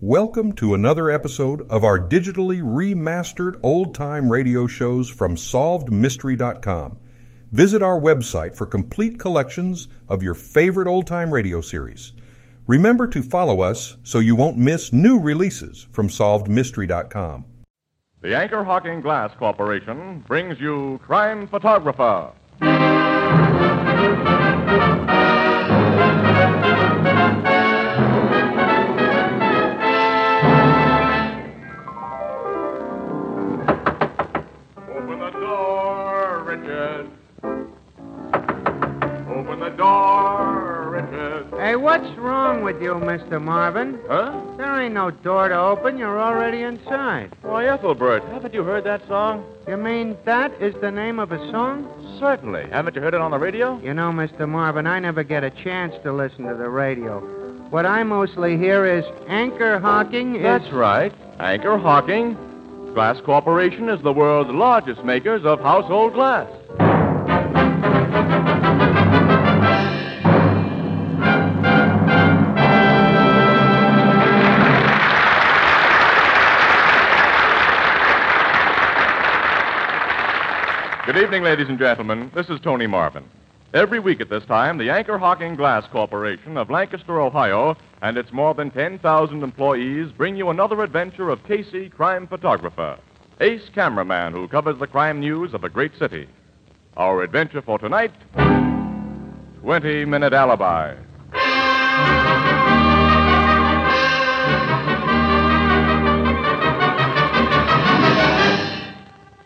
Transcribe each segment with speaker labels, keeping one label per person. Speaker 1: Welcome to another episode of our digitally remastered old time radio shows from SolvedMystery.com. Visit our website for complete collections of your favorite old time radio series. Remember to follow us so you won't miss new releases from SolvedMystery.com.
Speaker 2: The Anchor Hawking Glass Corporation brings you Crime Photographer. Open the door, Richard. Open the door, Richard.
Speaker 3: Hey, what's wrong with you, Mr. Marvin?
Speaker 2: Huh?
Speaker 3: There ain't no door to open. You're already inside.
Speaker 2: Why, Ethelbert, haven't you heard that song?
Speaker 3: You mean that is the name of a song?
Speaker 2: Certainly. Haven't you heard it on the radio?
Speaker 3: You know, Mr. Marvin, I never get a chance to listen to the radio. What I mostly hear is anchor hawking is.
Speaker 2: That's right. Anchor Hawking. Glass Corporation is the world's largest makers of household glass. Good evening, ladies and gentlemen. This is Tony Marvin. Every week at this time, the Anchor Hawking Glass Corporation of Lancaster, Ohio, and its more than 10,000 employees bring you another adventure of Casey, crime photographer, ace cameraman who covers the crime news of a great city. Our adventure for tonight 20 Minute Alibi.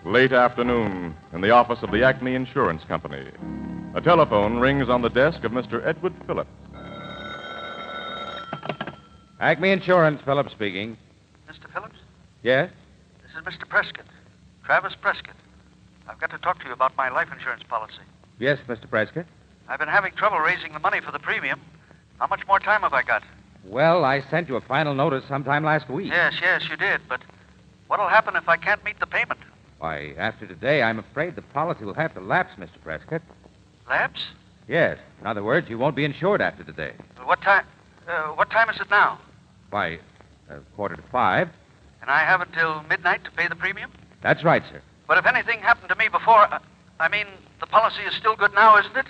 Speaker 2: Late afternoon in the office of the Acme Insurance Company. A telephone rings on the desk of Mr. Edward Phillips.
Speaker 4: Acme Insurance, Phillips speaking.
Speaker 5: Mr. Phillips,
Speaker 4: Yes?
Speaker 5: this is Mr. Prescott. Travis Prescott. I've got to talk to you about my life insurance policy.
Speaker 4: Yes, Mr. Prescott.
Speaker 5: I've been having trouble raising the money for the premium. How much more time have I got?
Speaker 4: Well, I sent you a final notice sometime last week.
Speaker 5: Yes, yes, you did, but what'll happen if I can't meet the payment?
Speaker 4: Why, after today, I'm afraid the policy will have to lapse, Mr. Prescott.
Speaker 5: Lapse?
Speaker 4: Yes. In other words, you won't be insured after today.
Speaker 5: What time? Uh, what time is it now?
Speaker 4: By uh, quarter to five.
Speaker 5: And I have until midnight to pay the premium?
Speaker 4: That's right, sir.
Speaker 5: But if anything happened to me before, uh, I mean, the policy is still good now, isn't it?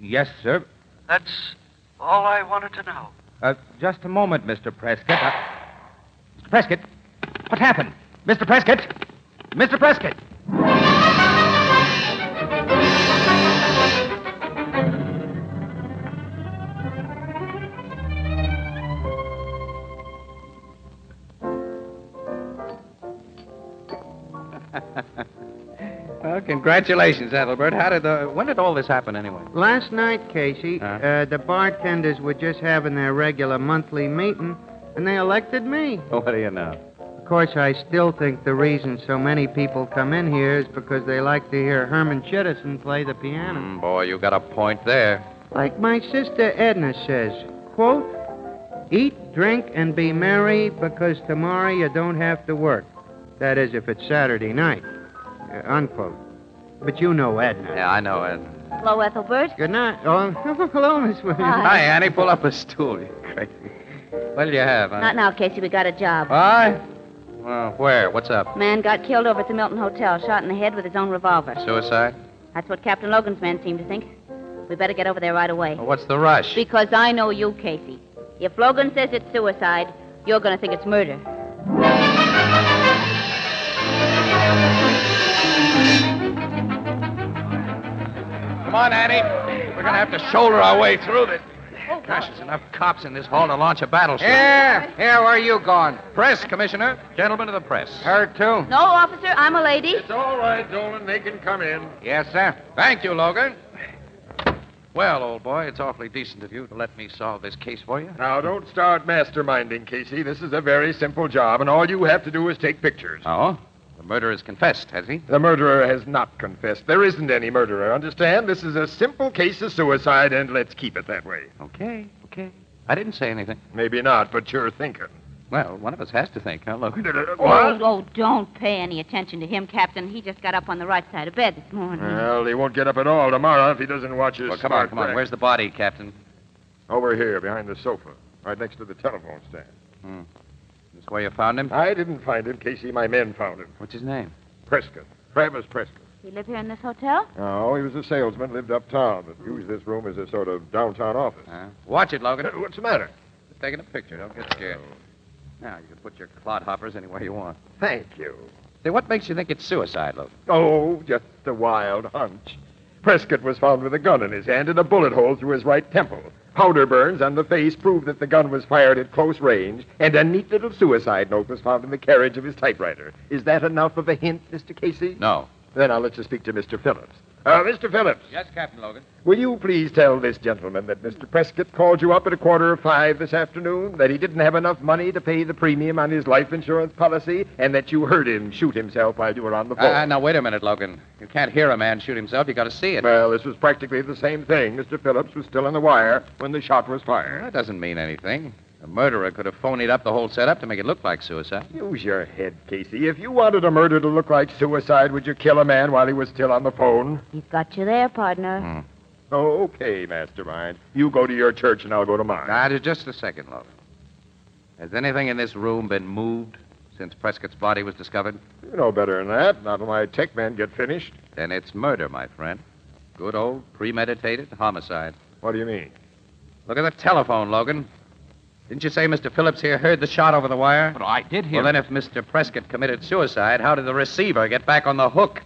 Speaker 4: Yes, sir.
Speaker 5: That's all I wanted to know.
Speaker 4: Uh, just a moment, Mr. Prescott. I- Mr. Prescott? What happened? Mr. Prescott? Mr. Prescott? Well, congratulations, Ethelbert. How did the, when did all this happen anyway?
Speaker 3: Last night, Casey,
Speaker 4: Huh?
Speaker 3: uh, the bartenders were just having their regular monthly meeting, and they elected me.
Speaker 4: What do you know?
Speaker 3: Of course, I still think the reason so many people come in here is because they like to hear Herman Chittison play the piano.
Speaker 4: boy, you got a point there.
Speaker 3: Like my sister Edna says, quote, eat, drink, and be merry because tomorrow you don't have to work. That is, if it's Saturday night, uh, unquote. But you know Edna.
Speaker 4: Yeah, I know, Ed.
Speaker 6: Hello, Ethelbert.
Speaker 3: Good night. Oh, hello, Miss Williams.
Speaker 6: Hi.
Speaker 4: Hi, Annie. Pull up a stool. You crazy. What'll you have, huh?
Speaker 6: Not now, Casey. We got a job.
Speaker 4: Why? Well, where? What's up?
Speaker 6: Man got killed over at the Milton Hotel, shot in the head with his own revolver.
Speaker 4: Suicide?
Speaker 6: That's what Captain Logan's men seem to think. We better get over there right away.
Speaker 4: Well, what's the rush?
Speaker 6: Because I know you, Casey. If Logan says it's suicide, you're going to think it's murder.
Speaker 4: Come on, Annie. We're going to have to shoulder our way through this. Gosh, there's enough cops in this hall to launch a battleship.
Speaker 3: Yeah, yeah, where are you going?
Speaker 4: Press, Commissioner. Gentlemen of the press.
Speaker 3: Her, too.
Speaker 6: No, officer, I'm a lady.
Speaker 2: all right, Dolan. They can come in.
Speaker 4: Yes, sir. Thank you, Logan. Well, old boy, it's awfully decent of you to let me solve this case for you.
Speaker 2: Now, don't start masterminding, Casey. This is a very simple job, and all you have to do is take pictures.
Speaker 4: Oh? The murderer has confessed, has he?
Speaker 2: The murderer has not confessed. There isn't any murderer, understand? This is a simple case of suicide, and let's keep it that way.
Speaker 4: Okay, okay. I didn't say anything.
Speaker 2: Maybe not, but you're thinking.
Speaker 4: Well, one of us has to think, huh, Logan?
Speaker 6: Oh,
Speaker 2: What?
Speaker 6: oh, don't pay any attention to him, Captain. He just got up on the right side of bed this morning.
Speaker 2: Well, he won't get up at all tomorrow if he doesn't watch his.
Speaker 4: Well, come on,
Speaker 2: smart
Speaker 4: come on.
Speaker 2: back.
Speaker 4: Where's the body, Captain?
Speaker 2: Over here, behind the sofa, right next to the telephone stand.
Speaker 4: This way you found him?
Speaker 7: I didn't find him. Casey, my men found him.
Speaker 4: What's his name?
Speaker 7: Prescott. Travis Prescott.
Speaker 6: You live here in this hotel?
Speaker 7: No, he was a salesman, lived uptown, and used this room as a sort of downtown office.
Speaker 4: Huh? Watch it, Logan.
Speaker 7: Uh, What's the matter?
Speaker 4: Taking a picture. Don't get scared. Oh. Now, you can put your clodhoppers anywhere you want.
Speaker 7: Thank you.
Speaker 4: Say, what makes you think it's suicide, Logan?
Speaker 7: Oh, just a wild hunch. Prescott was found with a gun in his hand and a bullet hole through his right temple. Powder burns on the face proved that the gun was fired at close range, and a neat little suicide note was found in the carriage of his typewriter. Is that enough of a hint, Mr. Casey?
Speaker 4: No.
Speaker 7: Then I'll let you speak to Mr. Phillips. Uh, Mr. Phillips,
Speaker 4: Yes, Captain Logan.
Speaker 7: will you please tell this gentleman that Mr. Prescott called you up at a quarter of five this afternoon, that he didn't have enough money to pay the premium on his life insurance policy, and that you heard him shoot himself while you were on the phone?
Speaker 4: Uh, now, wait a minute, Logan. You can't hear a man shoot himself. You got to see it.
Speaker 7: Well, this was practically the same thing. Mr. Phillips was still on the wire when the shot was fired.
Speaker 4: that doesn't mean anything. The murderer could have phonied up the whole setup to make it look like suicide.
Speaker 7: Use your head, Casey. If you wanted a murder to look like suicide, would you kill a man while he was still on the phone?
Speaker 6: He's got you there, partner.
Speaker 7: Oh, okay, mastermind. You go to your church and I'll go to mine.
Speaker 4: Now, just a second, Logan. Has anything in this room been moved since Prescott's body was discovered?
Speaker 7: You know better than that. Not till my tech men get finished.
Speaker 4: Then it's murder, my friend. Good old premeditated homicide.
Speaker 7: What do you mean?
Speaker 4: Look at the telephone, Logan. Didn't you say Mr. Phillips here heard the shot over the wire?
Speaker 8: But I did hear.
Speaker 4: Well, then, if Mr. Prescott committed suicide, how did the receiver get back on the hook?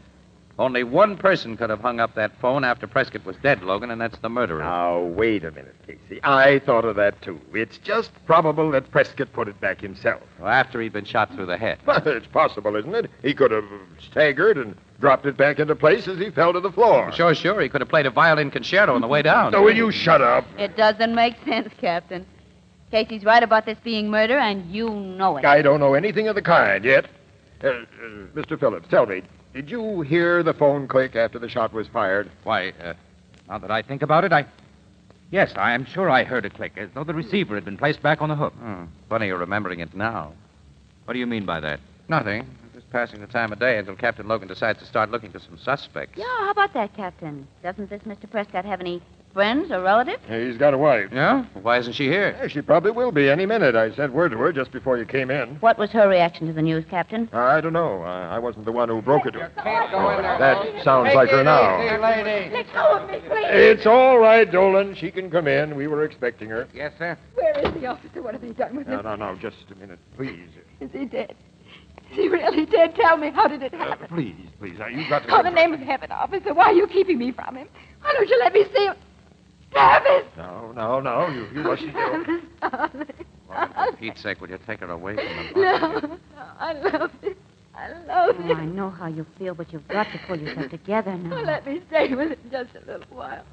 Speaker 4: Only one person could have hung up that phone after Prescott was dead, Logan, and that's the murderer.
Speaker 2: Ah.
Speaker 7: Now, wait a minute, Casey. I thought of that, too. It's just probable that Prescott put it back himself.
Speaker 4: Well, after he'd been shot through the head.
Speaker 7: Well, it's possible, isn't it? He could have staggered and dropped it back into place as he fell to the floor.
Speaker 4: Sure, sure. He could have played a violin concerto on the way down.
Speaker 7: So will you shut up?
Speaker 6: It doesn't make sense, Captain. Casey's right about this being murder, and you know it.
Speaker 7: I don't know anything of the kind yet. Uh, uh, Mr. Phillips, tell me, did you hear the phone click after the shot was fired?
Speaker 8: Why, uh, now that I think about it, I. Yes, I am sure I heard a click, as though the receiver had been placed back on the hook.
Speaker 4: Hmm. Funny you're remembering it now.
Speaker 8: What do you mean by that?
Speaker 4: Nothing. Just passing the time of day until Captain Logan decides to start looking for some suspects.
Speaker 6: Yeah, how about that, Captain? Doesn't this Mr. Prescott have any friends or relatives?
Speaker 7: He's got a wife.
Speaker 4: Yeah? Well, why isn't she here?
Speaker 7: Yeah, she probably will be any minute. I sent word to her just before you came in.
Speaker 6: What was her reaction to the news, Captain?
Speaker 7: I don't know. I, I wasn't the one who broke it to her.
Speaker 4: Can't go in there.
Speaker 7: That sounds like her now.
Speaker 4: lady.
Speaker 9: Let go of me, please.
Speaker 7: It's all right, Dolan. She can come in. We were expecting her.
Speaker 4: Yes, sir.
Speaker 9: Where is the officer? What have they done with
Speaker 7: No,
Speaker 9: him?
Speaker 7: no, no. Just a minute, please.
Speaker 9: Is he dead? Is he really dead? Tell me, how did it
Speaker 7: Uh,
Speaker 9: happen?
Speaker 7: please, please. Uh, you've got to.
Speaker 9: Oh, the name of heaven, officer, why are you keeping me from him? Why don't you let me see him? Travis!
Speaker 7: No, no, no. You, you mustn't. do it.
Speaker 9: Travis, darling.
Speaker 4: For Pete's sake, will you take her away from the
Speaker 9: No,
Speaker 4: body?
Speaker 9: no, I love you. I love
Speaker 6: Oh,
Speaker 9: you.
Speaker 6: I know how you feel, but you've got to pull yourself together
Speaker 9: Oh,
Speaker 10: uh,
Speaker 6: now.
Speaker 9: let me stay with him just a little while.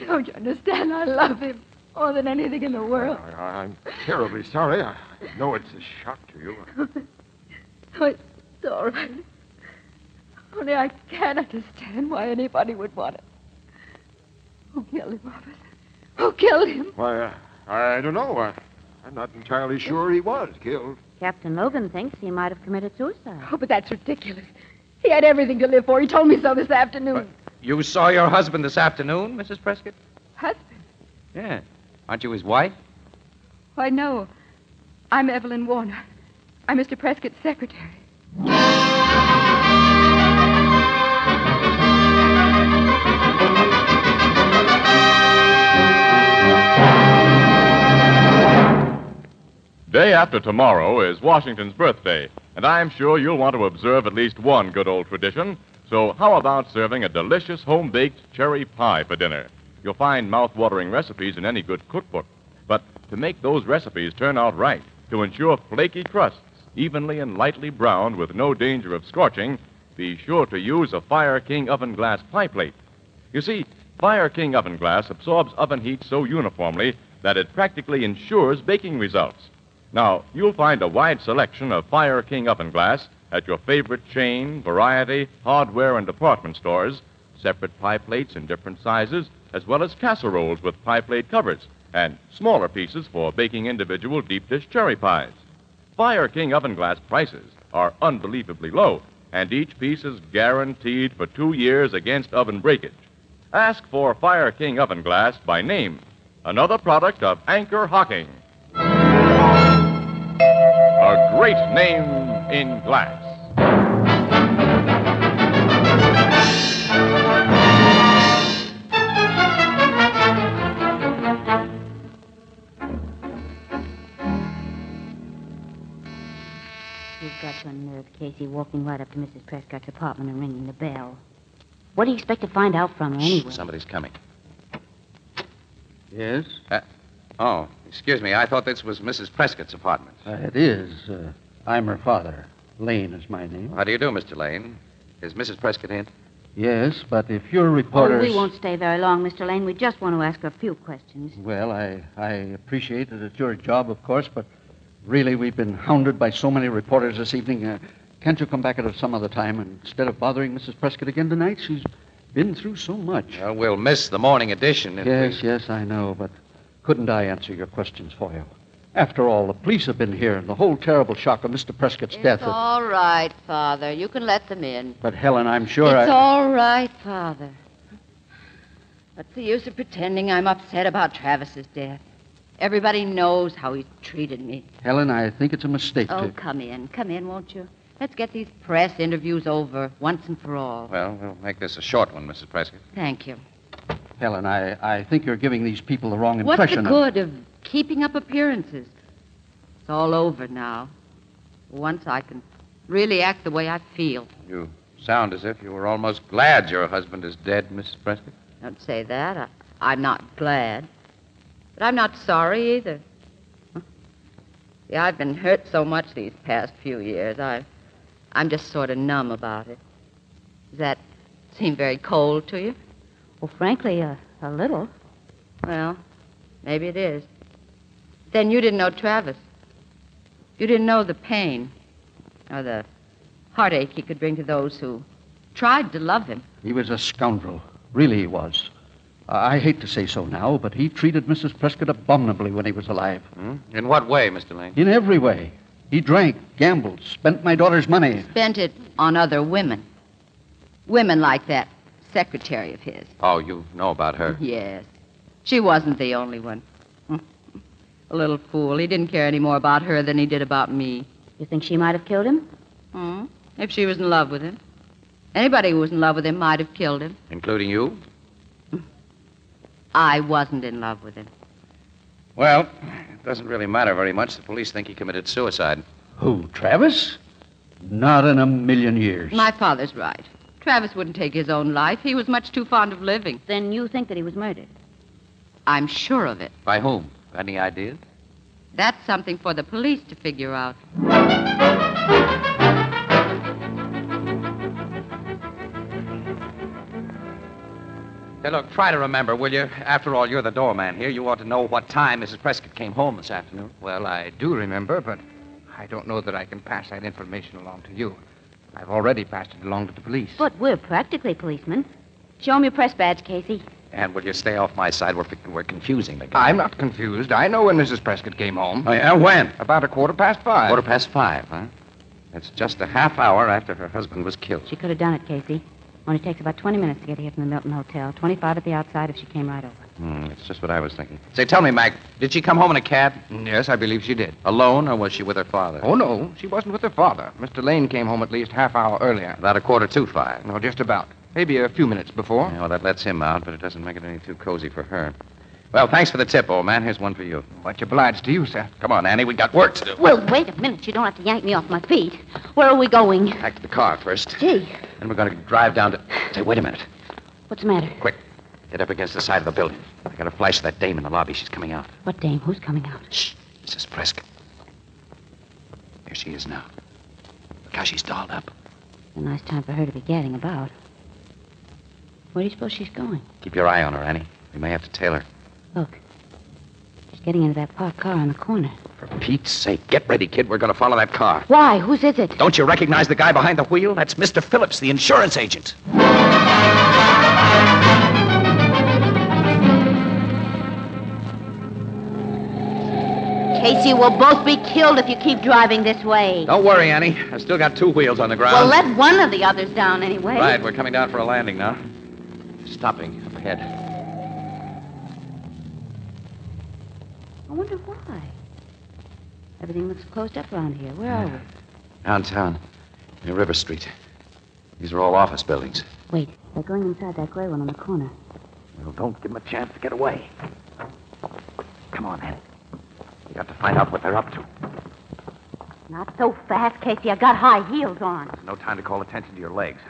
Speaker 9: Don't you understand? I love him more than anything in the world.
Speaker 7: I, I- I'm terribly sorry. I I know it's a shock to you.
Speaker 9: Oh, it's all right. Only I can't understand why anybody would want it. Who killed him, officer? Who killed him?
Speaker 7: Why, uh, I don't know. I, I'm not entirely sure he was killed.
Speaker 6: Captain Logan thinks he might have committed suicide.
Speaker 9: Oh, but that's ridiculous. He had everything to live for. He told me so this afternoon.
Speaker 4: You saw your husband this afternoon, Mrs. Prescott?
Speaker 9: Husband?
Speaker 4: Yeah. Aren't you his wife?
Speaker 9: Why, no. I'm Evelyn Warner. I'm Mr. Prescott's secretary.
Speaker 2: Day after tomorrow is Washington's birthday, and I'm sure you'll want to observe at least one good old tradition. So, how about serving a delicious home baked cherry pie for dinner? You'll find mouth-watering recipes in any good cookbook. But to make those recipes turn out right, to ensure flaky crusts, evenly and lightly browned with no danger of scorching, be sure to use a Fire King oven glass pie plate. You see, Fire King oven glass absorbs oven heat so uniformly that it practically ensures baking results. Now, you'll find a wide selection of Fire King oven glass at your favorite chain, variety, hardware, and department stores. Separate pie plates in different sizes, as well as casseroles with pie plate covers, and smaller pieces for baking individual deep dish cherry pies. Fire King oven glass prices are unbelievably low, and each piece is guaranteed for two years against oven breakage. Ask for Fire King oven glass by name, another product of Anchor Hocking. Name in Glass.
Speaker 9: You've got your nerve, Casey, walking right up to Mrs. Prescott's apartment and ringing the bell. What do you expect to find out from her anyway?
Speaker 4: Somebody's coming.
Speaker 10: Yes?
Speaker 4: Oh, excuse me. I thought this was Mrs. Prescott's apartment.
Speaker 10: Uh, it is. Uh, I'm her father. Lane is my name.
Speaker 4: How do you do, Mr. Lane? Is Mrs. Prescott in?
Speaker 10: Yes, but if your
Speaker 9: Oh,
Speaker 10: reporters.
Speaker 9: we won't stay very long, Mr. Lane. We just want to ask her a few questions.
Speaker 10: Well, I, I appreciate that it's your job, of course, but really we've been hounded by so many reporters this evening. Uh, can't you come back at some other time instead of bothering Mrs. Prescott again tonight? She's been through so much.
Speaker 4: Well, we'll miss the morning edition. If
Speaker 10: Yes, yes, I know, but couldn't I answer your questions for you? After all, the police have been here, and the whole terrible shock of Mr. Prescott's death.
Speaker 6: It's all right, Father. You can let them in.
Speaker 10: But Helen, I'm sure I.
Speaker 6: it's all right, Father. What's the use of pretending I'm upset about Travis's death? Everybody knows how he treated me.
Speaker 10: Helen, I think it's a mistake.
Speaker 6: Oh,
Speaker 10: to...
Speaker 6: come in. Come in, won't you? Let's get these press interviews over once and for all.
Speaker 4: Well, we'll make this a short one, Mrs. Prescott.
Speaker 6: Thank you.
Speaker 10: Helen, I, I think you're giving these people the wrong
Speaker 6: What's the
Speaker 10: impression. of-
Speaker 6: good of keeping up appearances? It's all over now. Once I can really act the way I feel.
Speaker 4: You sound as if you were almost glad your husband is dead, Mrs. Prescott.
Speaker 6: Don't say that. I, I'm not glad. But I'm not sorry either. Yeah, I've been hurt so much these past few years. I, I'm just sort of numb about it. Does that seem very cold to you?
Speaker 9: Well, frankly, uh, a little.
Speaker 6: Well, maybe it is. Then you didn't know Travis. You didn't know the pain or the heartache he could bring to those who tried to love him.
Speaker 10: He was a scoundrel. Really, he was. I I hate to say so now, but he treated Mrs. Prescott abominably when he was alive.
Speaker 4: In what way, Mr. Lane?
Speaker 10: In every way. He drank, gambled, spent my daughter's money.
Speaker 6: Spent it on other women. Women like that secretary of his.
Speaker 4: Oh, you know about her.
Speaker 6: Yes. She wasn't the only one. A little fool. He didn't care any more about her than he did about me.
Speaker 9: You think she might have killed him?
Speaker 6: Hmm? If she was in love with him. Anybody who was in love with him might have killed him.
Speaker 4: Including you?
Speaker 6: I wasn't in love with him.
Speaker 4: Well, it doesn't really matter very much. The police think he committed suicide.
Speaker 10: Who, Travis? Not in a million years.
Speaker 6: My father's right. Travis wouldn't take his own life. He was much too fond of living.
Speaker 9: Then you think that he was murdered?
Speaker 6: I'm sure of it.
Speaker 4: By whom? Any ideas?
Speaker 6: That's something for the police to figure out.
Speaker 4: Hey, look, try to remember, will you? After all, you're the doorman here. You ought to know what time Mrs. Prescott came home this afternoon.
Speaker 3: Well, I do remember, but I don't know that I can pass that information along to you. I've already passed it along to the police.
Speaker 9: But we're practically policemen. Show him your press badge, Casey.
Speaker 4: And will you stay off my side? We're, we're confusing the guy.
Speaker 3: I'm not confused. I know when Mrs. Prescott came home.
Speaker 4: Oh, yeah? When?
Speaker 3: About a quarter past five.
Speaker 4: Quarter past five, huh? That's just a half hour after her husband was killed.
Speaker 9: She could have done it, Casey. Only takes about 20 minutes to get here from the Milton Hotel. 25 at the outside if she came right over.
Speaker 4: Hmm, that's just what I was thinking. Say, tell me, Mac, did she come home in a cab?
Speaker 3: Yes, I believe she did.
Speaker 4: Alone, or was she with her father?
Speaker 3: Oh, no. She wasn't with her father. Mr. Lane came home at least half hour earlier.
Speaker 4: About a quarter to five.
Speaker 3: No, just about. Maybe a few minutes before.
Speaker 4: Yeah, well, that lets him out, but it doesn't make it any too cozy for her. Well, thanks for the tip, old man. Here's one for you.
Speaker 3: Much obliged to you, sir.
Speaker 4: Come on, Annie. We got work to do.
Speaker 9: Well, wait a minute. You don't have to yank me off my feet. Where are we going?
Speaker 4: Back to the car first.
Speaker 9: Gee,
Speaker 4: Then we're going to drive down to. Say, wait a minute.
Speaker 9: what's the matter?
Speaker 4: Quick. Get up against the side of the building. I got a flash of that dame in the lobby. She's coming out.
Speaker 9: What dame? Who's coming out?
Speaker 4: Shh. Mrs. Prescott. There she is now. Look how she's dolled up.
Speaker 9: A nice time for her to be gadding about. Where do you suppose she's going?
Speaker 4: Keep your eye on her, Annie. We may have to tail her.
Speaker 9: Look. She's getting into that parked car on the corner.
Speaker 4: For Pete's sake, get ready, kid. We're going to follow that car.
Speaker 9: Why? Whose is it?
Speaker 4: Don't you recognize the guy behind the wheel? That's Mr. Phillips, the insurance agent.
Speaker 9: Casey, we'll both be killed if you keep driving this way.
Speaker 4: Don't worry, Annie. I've still got two wheels on the ground.
Speaker 9: Well, let one of the others down anyway.
Speaker 4: Right, we're coming down for a landing now. Stopping up ahead.
Speaker 9: I wonder why.
Speaker 6: Everything looks closed up around here. Where are we?
Speaker 4: Downtown, near River Street. These are all office buildings.
Speaker 6: Wait, they're going inside that gray one on the corner.
Speaker 4: Well, don't give them a chance to get away. Come on, Annie. We got to find out what they're up to.
Speaker 6: Not so fast, Casey. I got high heels on.
Speaker 4: No time to call attention to your legs.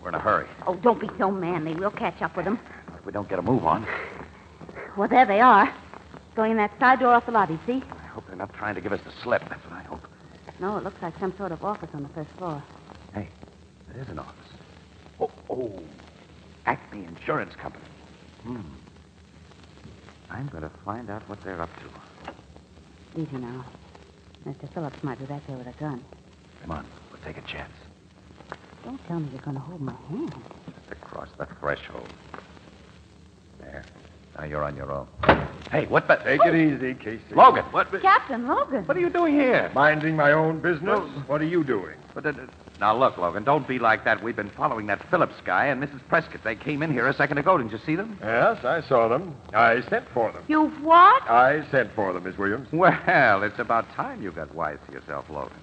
Speaker 4: We're in a hurry.
Speaker 6: Oh, don't be so manly. We'll catch up with them.
Speaker 4: If we don't get a move on,
Speaker 6: Well, there they are. Going in that side door off the lobby, see?
Speaker 4: I hope they're not trying to give us the slip. That's what I hope.
Speaker 6: No, it looks like some sort of office on the first floor.
Speaker 4: Hey, it is an office. Oh, oh. Acme Insurance Company. Hmm. I'm going to find out what they're up to.
Speaker 6: Easy now. Mr. Phillips might be back there with a gun.
Speaker 4: Come on, we'll take a chance.
Speaker 6: Don't tell me you're going to hold my hand.
Speaker 4: Across the threshold. There. Now you're on your own. Hey, what the...
Speaker 2: Take it easy, Casey.
Speaker 4: Logan, what...
Speaker 6: Captain Logan. What
Speaker 4: are you doing here?
Speaker 2: Minding my own business. What are you doing?
Speaker 4: But, uh, Now, look, Logan, don't be like that. We've been following that Phillips guy and Mrs. Prescott. They came in here a second ago. Didn't you see them?
Speaker 2: Yes, I saw them. I sent for them.
Speaker 6: You what?
Speaker 2: I sent for them, Miss Williams.
Speaker 4: Well, it's about time you got wise to yourself, Logan.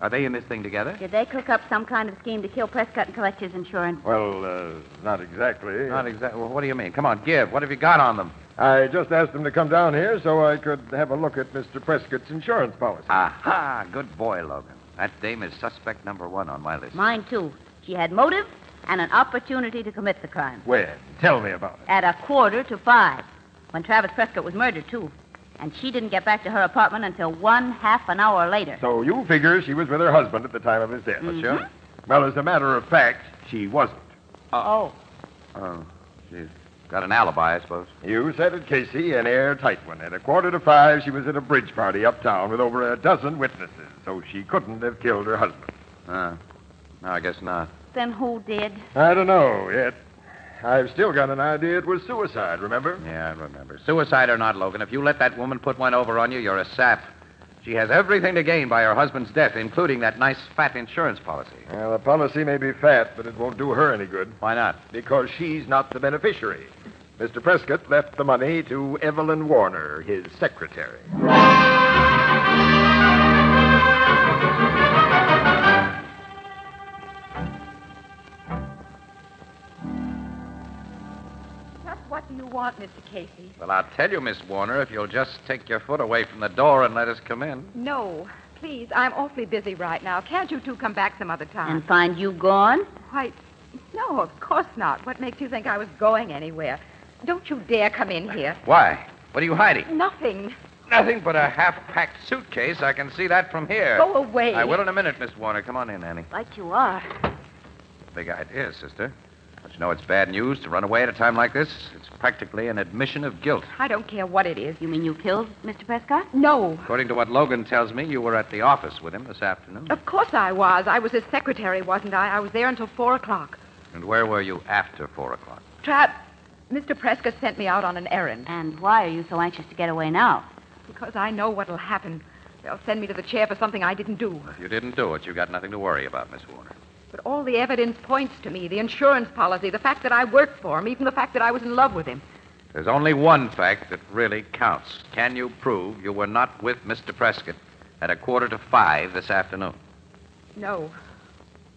Speaker 4: Are they in this thing together?
Speaker 6: Did they cook up some kind of scheme to kill Prescott and collect his insurance?
Speaker 2: Well, uh, not exactly.
Speaker 4: Not exactly. Well, what do you mean? Come on, give. What have you got on them?
Speaker 2: I just asked them to come down here so I could have a look at Mr. Prescott's insurance policy.
Speaker 4: Aha! Good boy, Logan. That dame is suspect number one on my list.
Speaker 6: Mine, too. She had motive and an opportunity to commit the crime.
Speaker 2: Where? Tell me about it.
Speaker 6: At a quarter to five, when Travis Prescott was murdered, too. And she didn't get back to her apartment until one half an hour later.
Speaker 2: So you figure she was with her husband at the time of his death,
Speaker 6: Mhm. sure.
Speaker 2: Well, as a matter of fact, she wasn't.
Speaker 6: Oh.
Speaker 4: Oh, she's got an alibi, I suppose.
Speaker 2: You said it, Casey, an airtight one. At a quarter to five, she was at a bridge party uptown with over a dozen witnesses, so she couldn't have killed her husband.
Speaker 4: Uh, no, I guess not.
Speaker 6: Then who did?
Speaker 2: I don't know yet. I've still got an idea it was suicide, remember?
Speaker 4: Yeah, I remember. Suicide or not, Logan, if you let that woman put one over on you, you're a sap. She has everything to gain by her husband's death, including that nice fat insurance policy.
Speaker 2: Well, the policy may be fat, but it won't do her any good.
Speaker 4: Why not?
Speaker 2: Because she's not the beneficiary. Mr. Prescott left the money to Evelyn Warner, his secretary.
Speaker 9: Just what do you want, Mr. Casey?
Speaker 4: Well, I'll tell you, Miss Warner, if you'll just take your foot away from the door and let us come in.
Speaker 9: No. Please, I'm awfully busy right now. Can't you two come back some other time?
Speaker 6: And find you gone?
Speaker 9: Why, no, of course not. What makes you think I was going anywhere? Don't you dare come in here.
Speaker 4: Why? What are you hiding?
Speaker 9: Nothing.
Speaker 4: Nothing but a half-packed suitcase. I can see that from here.
Speaker 9: Go away.
Speaker 4: I will in a minute, Miss Warner. Come on in, Annie.
Speaker 6: Like you are.
Speaker 4: Big idea, sister. Don't you know it's bad news to run away at a time like this? It's practically an admission of guilt.
Speaker 9: I don't care what it is.
Speaker 6: You mean you killed Mr. Prescott?
Speaker 9: No.
Speaker 4: According to what Logan tells me, you were at the office with him this afternoon.
Speaker 9: Of course I was. I was his secretary, wasn't I? I was there until four o'clock.
Speaker 4: And where were you after four o'clock?
Speaker 9: Trap, Mr. Prescott sent me out on an errand.
Speaker 6: And why are you so anxious to get away now?
Speaker 9: Because I know what'll happen. They'll send me to the chair for something I didn't do.
Speaker 4: If you didn't do it, you got nothing to worry about, Miss Warner.
Speaker 9: But all the evidence points to me the insurance policy, the fact that I worked for him, even the fact that I was in love with him.
Speaker 4: There's only one fact that really counts. Can you prove you were not with Mr. Prescott at a quarter to five this afternoon?
Speaker 9: No.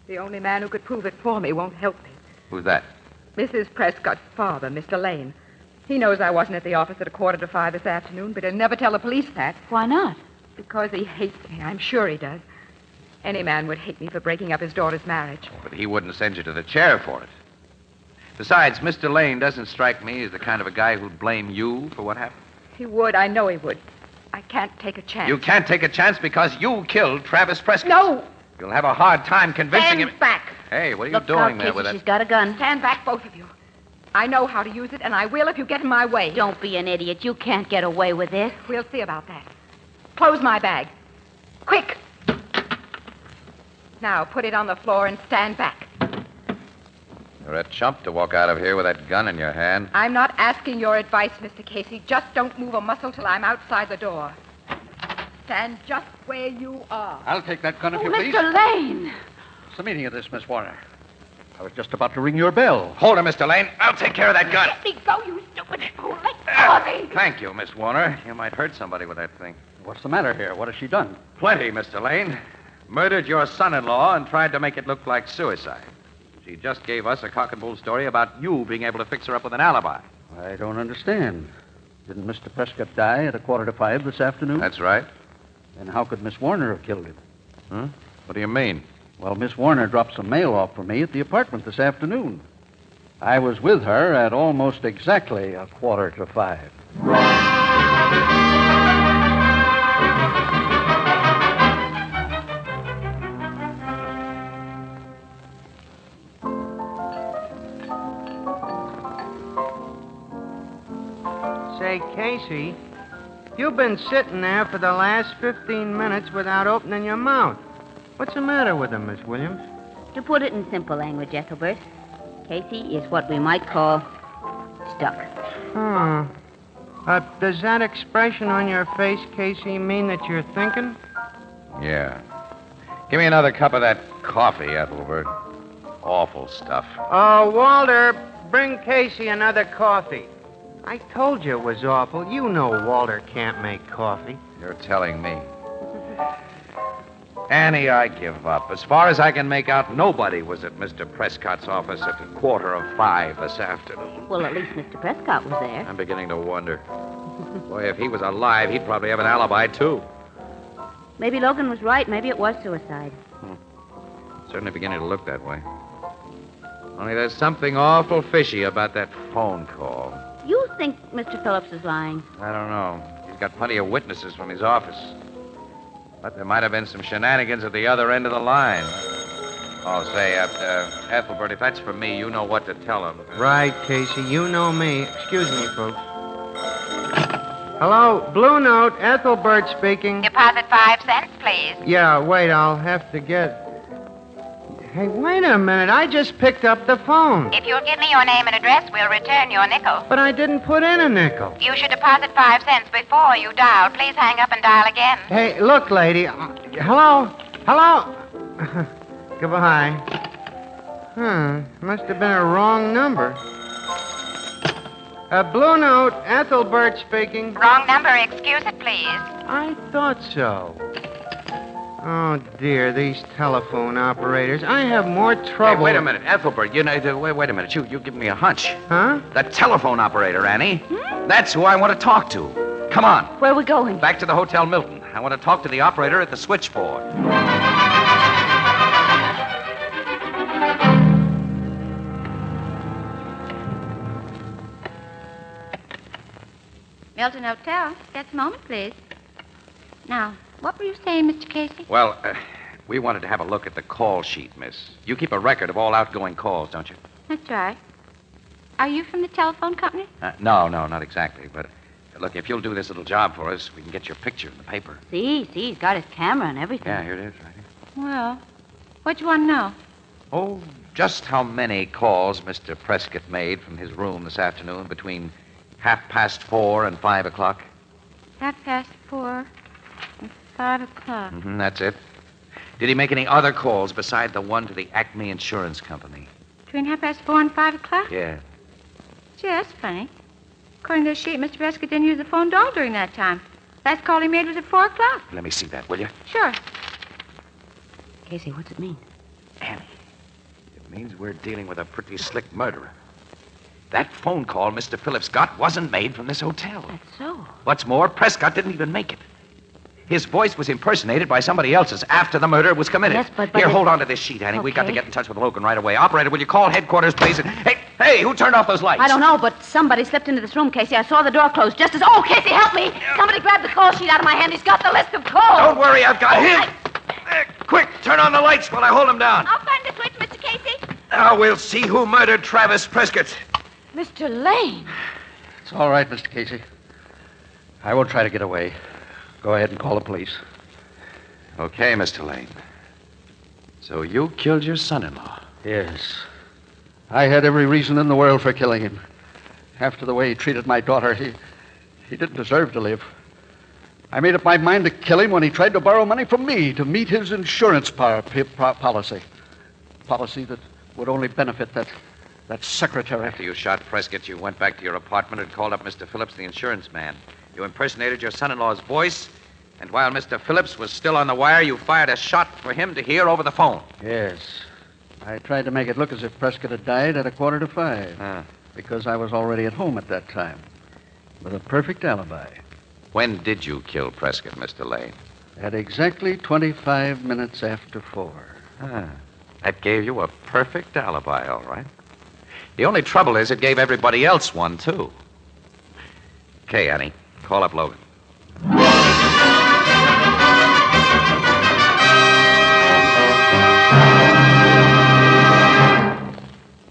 Speaker 9: The only man who could prove it for me won't help me.
Speaker 4: Who's that?
Speaker 9: Mrs. Prescott's father, Mr. Lane. He knows I wasn't at the office at a quarter to five this afternoon, but he'll never tell the police that.
Speaker 6: Why not?
Speaker 9: Because he hates me. I'm sure he does. Any man would hate me for breaking up his daughter's marriage.
Speaker 4: But he wouldn't send you to the chair for it. Besides, Mr. Lane doesn't strike me as the kind of a guy who'd blame you for what happened.
Speaker 9: He would. I know he would. I can't take a chance.
Speaker 4: You can't take a chance because you killed Travis Prescott.
Speaker 9: No.
Speaker 4: You'll have a hard time convincing
Speaker 9: Stand
Speaker 4: him.
Speaker 9: back.
Speaker 4: Hey, what are you
Speaker 9: Look
Speaker 4: doing
Speaker 9: out,
Speaker 4: there
Speaker 9: Casey,
Speaker 4: with
Speaker 9: she's
Speaker 4: that?
Speaker 6: got a gun.
Speaker 9: Stand back, both of you. I know how to use it, and I will if you get in my way.
Speaker 6: Don't be an idiot. You can't get away with this.
Speaker 9: We'll see about that. Close my bag. Quick. Now, put it on the floor and stand back.
Speaker 4: You're a chump to walk out of here with that gun in your hand.
Speaker 9: I'm not asking your advice, Mr. Casey. Just don't move a muscle till I'm outside the door. Stand just where you are.
Speaker 10: I'll take that
Speaker 6: Oh,
Speaker 10: gun if you please.
Speaker 9: Mr. Lane!
Speaker 10: What's the meaning of this, Miss Warner? I was just about to ring your bell.
Speaker 4: Hold her, Mr. Lane. I'll take care of that gun.
Speaker 9: Let me go, you stupid fool. Let
Speaker 4: Ah! Thank you, Miss Warner. You might hurt somebody with that thing.
Speaker 10: What's the matter here? What has she done?
Speaker 4: Plenty, Mr. Lane. Murdered your son in law and tried to make it look like suicide. She just gave us a cock and bull story about you being able to fix her up with an alibi.
Speaker 10: I don't understand. Didn't Mr. Prescott die at a quarter to five this afternoon?
Speaker 4: That's right.
Speaker 10: Then how could Miss Warner have killed him?
Speaker 4: Huh? What do you mean?
Speaker 10: Well, Miss Warner dropped some mail off for me at the apartment this afternoon. I was with her at almost exactly a quarter to five.
Speaker 3: Say, Casey, you've been sitting there for the last 15 minutes without opening your mouth. What's the matter with him, Miss Williams?
Speaker 6: To put it in simple language, Ethelbert, Casey is what we might call stuck.
Speaker 3: Hmm. Uh, does that expression on your face, Casey, mean that you're thinking?
Speaker 4: Yeah. Give me another cup of that coffee, Ethelbert. Awful stuff.
Speaker 3: Oh, Walter, bring Casey another coffee. I told you it was awful. You know Walter can't make coffee.
Speaker 4: You're telling me. Annie, I give up. As far as I can make out, nobody was at Mr. Prescott's office at a quarter of five this afternoon.
Speaker 6: Well, at least Mr. Prescott was there.
Speaker 4: I'm beginning to wonder. Boy, if he was alive, he'd probably have an alibi, too.
Speaker 6: Maybe Logan was right. Maybe it was suicide.
Speaker 4: Certainly beginning to look that way. Only there's something awful fishy about that phone call.
Speaker 6: You think Mr. Phillips is lying.
Speaker 4: I don't know. He's got plenty of witnesses from his office. But there might have been some shenanigans at the other end of the line. Oh, say, uh, uh, Ethelbert, if that's for me, you know what to tell him.
Speaker 3: Right, Casey, you know me. Excuse me, folks. Hello, Blue Note, Ethelbert speaking.
Speaker 11: Deposit five cents, please.
Speaker 3: Yeah, wait, I'll have to get. Hey, wait a minute. I just picked up the phone.
Speaker 11: If you'll give me your name and address, we'll return your nickel.
Speaker 3: But I didn't put in a nickel.
Speaker 11: You should deposit five cents before you dial. Please hang up and dial again.
Speaker 3: Hey, look, lady. Uh, Hello? Hello? Goodbye. Huh. Must have been a wrong number. Uh, Blue Note, Ethelbert speaking.
Speaker 11: Wrong number. Excuse it, please.
Speaker 3: I thought so. Oh, dear, these telephone operators. I have more trouble.
Speaker 4: Hey, wait a minute, Ethelbert. You know, wait, wait a minute. You, you give me a hunch.
Speaker 3: Huh?
Speaker 4: The telephone operator, Annie. That's who I want to talk to. Come on.
Speaker 6: Where are we going?
Speaker 4: Back to the Hotel Milton. I want to talk to the operator at the switchboard.
Speaker 6: Milton Hotel. Just a moment, please. Now, what were you saying, Mr. Casey?
Speaker 4: Well, uh, we wanted to have a look at the call sheet, miss. You keep a record of all outgoing calls, don't you?
Speaker 6: That's right. Are you from the telephone company?
Speaker 4: Uh, no, no, not exactly. But uh, look, if you'll do this little job for us, we can get your picture in the paper.
Speaker 6: See, see, he's got his camera and everything.
Speaker 4: Yeah, here it is, right here.
Speaker 6: Well, what do you want to know?
Speaker 4: Oh, just how many calls Mr. Prescott made from his room this afternoon between half past four and five o'clock?
Speaker 6: Half past four and five o'clock.
Speaker 4: hmm that's it. Did he make any other calls beside the one to the Acme Insurance Company?
Speaker 6: Between half past four and five o'clock?
Speaker 4: Yeah.
Speaker 6: Gee, that's funny. According to the sheet, Mr. Prescott didn't use the phone at all during that time. Last call he made was at four o'clock.
Speaker 4: Let me see that, will you?
Speaker 6: Sure. Casey, what's it mean?
Speaker 4: It means we're dealing with a pretty slick murderer. That phone call Mr. Phillips got wasn't made from this hotel.
Speaker 6: So?
Speaker 4: What's more, Prescott didn't even make it. His voice was impersonated by somebody else's after the murder was committed.
Speaker 6: Yes, but- but
Speaker 4: Here,
Speaker 6: it-
Speaker 4: hold on to this sheet, Annie. We've got to
Speaker 6: Okay.
Speaker 4: get in touch with Logan right away. Operator, will you call headquarters, please? And- Hey, hey, who turned off those lights?
Speaker 6: I don't know, but somebody slipped into this room, Casey. I saw the door close just as. Oh, Casey, help me! Somebody grabbed the call sheet out of my hand. He's got the list of calls.
Speaker 4: Don't worry, I've got him. There, quick, turn on the lights while I hold him down.
Speaker 6: I'll find the switch, Mr. Casey.
Speaker 4: Now we'll see who murdered Travis Prescott.
Speaker 6: Mr. Lane.
Speaker 10: It's all right, Mr. Casey. I won't try to get away. Go ahead and call the police.
Speaker 4: Okay, Mr. Lane. So you killed your son in law.
Speaker 10: Yes. I had every reason in the world for killing him. After the way he treated my daughter, he, he didn't deserve to live. I made up my mind to kill him when he tried to borrow money from me to meet his insurance par- p- po- policy. Policy that would only benefit that, that secretary.
Speaker 4: After you shot Prescott, you went back to your apartment and called up Mr. Phillips, the insurance man. You impersonated your son in law's voice And while Mr. Phillips was still on the wire, you fired a shot for him to hear over the phone.
Speaker 10: Yes. I tried to make it look as if Prescott had died at a quarter to five. Because I was already at home at that time. With a perfect alibi.
Speaker 4: When did you kill Prescott, Mr. Lane?
Speaker 10: At exactly 25 minutes after four.
Speaker 4: Ah, that gave you a perfect alibi, all right. The only trouble is it gave everybody else one, too. Okay, Annie, call up Logan.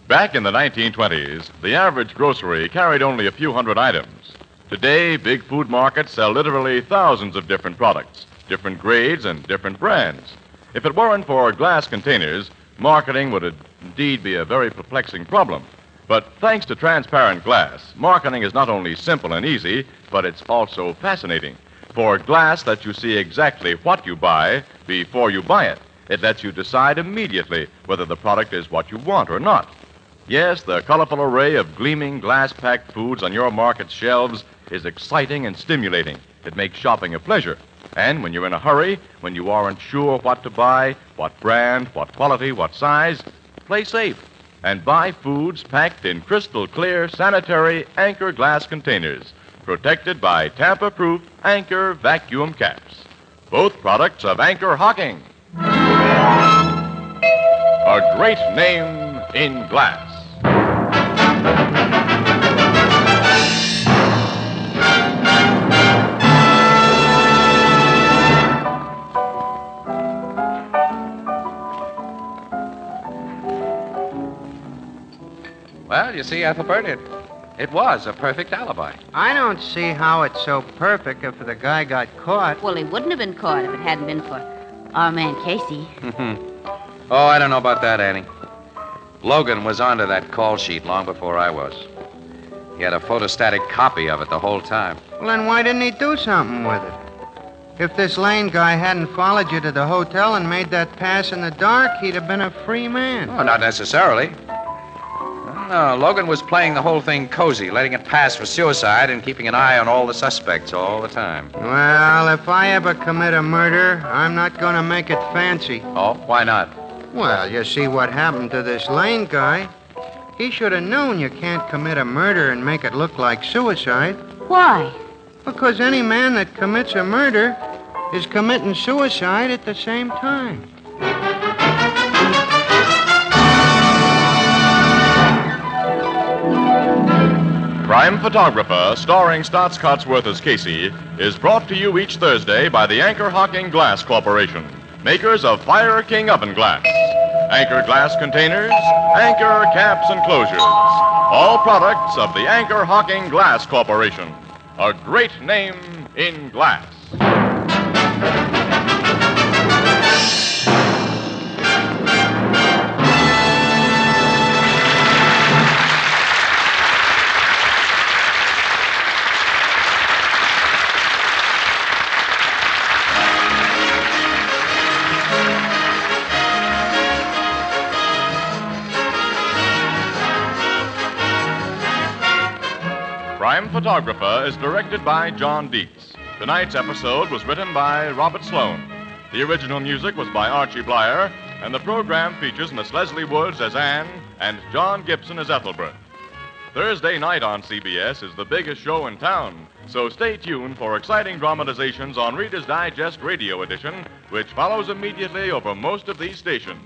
Speaker 2: Back in the 1920s, the average grocery carried only a few hundred items. Today, big food markets sell literally thousands of different products, different grades, and different brands. If it weren't for glass containers, marketing would indeed be a very perplexing problem. But thanks to transparent glass, marketing is not only simple and easy, but it's also fascinating. For glass lets you see exactly what you buy before you buy it. It lets you decide immediately whether the product is what you want or not. Yes, the colorful array of gleaming glass packed foods on your market shelves is exciting and stimulating. It makes shopping a pleasure. And when you're in a hurry, when you aren't sure what to buy, what brand, what quality, what size, play safe and buy foods packed in crystal clear, sanitary anchor glass containers, protected by tamper proof anchor vacuum caps. Both products of Anchor Hocking. A great name in glass.
Speaker 4: Well, you see, Ethelbert, it, it was a perfect alibi.
Speaker 3: I don't see how it's so perfect if the guy got caught.
Speaker 6: Well, he wouldn't have been caught if it hadn't been for our man Casey.
Speaker 4: oh, I don't know about that, Annie. Logan was onto that call sheet long before I was. He had a photostatic copy of it the whole time.
Speaker 3: Well, then why didn't he do something with it? If this Lane guy hadn't followed you to the hotel and made that pass in the dark, he'd have been a free man.
Speaker 4: Oh, not necessarily. No, Logan was playing the whole thing cozy, letting it pass for suicide and keeping an eye on all the suspects all the time.
Speaker 3: Well, if I ever commit a murder, I'm not going to make it fancy.
Speaker 4: Oh, why not?
Speaker 3: Well, you see what happened to this Lane guy. He should have known you can't commit a murder and make it look like suicide.
Speaker 6: Why?
Speaker 3: Because any man that commits a murder is committing suicide at the same time.
Speaker 2: Crime Photographer, starring Stotts Cotsworth as Casey, is brought to you each Thursday by the Anchor Hocking Glass Corporation, makers of Fire King Oven Glass, Anchor Glass Containers, Anchor Caps and Closures. All products of the Anchor Hocking Glass Corporation, a great name in glass. Crime Photographer is directed by John Dietz. Tonight's episode was written by Robert Sloan. The original music was by Archie Blyer, and the program features Miss Leslie Woods as Anne and John Gibson as Ethelbert. Thursday night on CBS is the biggest show in town, so stay tuned for exciting dramatizations on Reader's Digest Radio Edition, which follows immediately over most of these stations.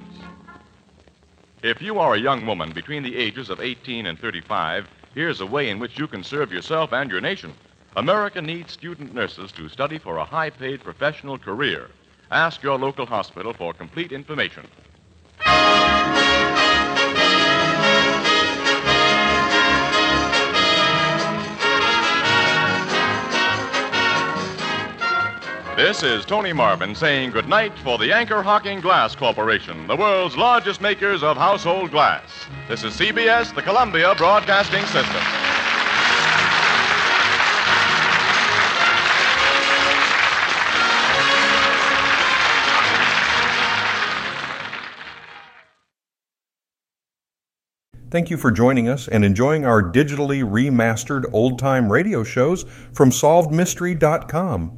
Speaker 2: If you are a young woman between the ages of 18 and 35, here's a way in which you can serve yourself and your nation. America needs student nurses to study for a high paid professional career. Ask your local hospital for complete information. This is Tony Marvin saying goodnight for the Anchor Hocking Glass Corporation, the world's largest makers of household glass. This is CBS, the Columbia Broadcasting System.
Speaker 1: Thank you for joining us and enjoying our digitally remastered old time radio shows from SolvedMystery.com.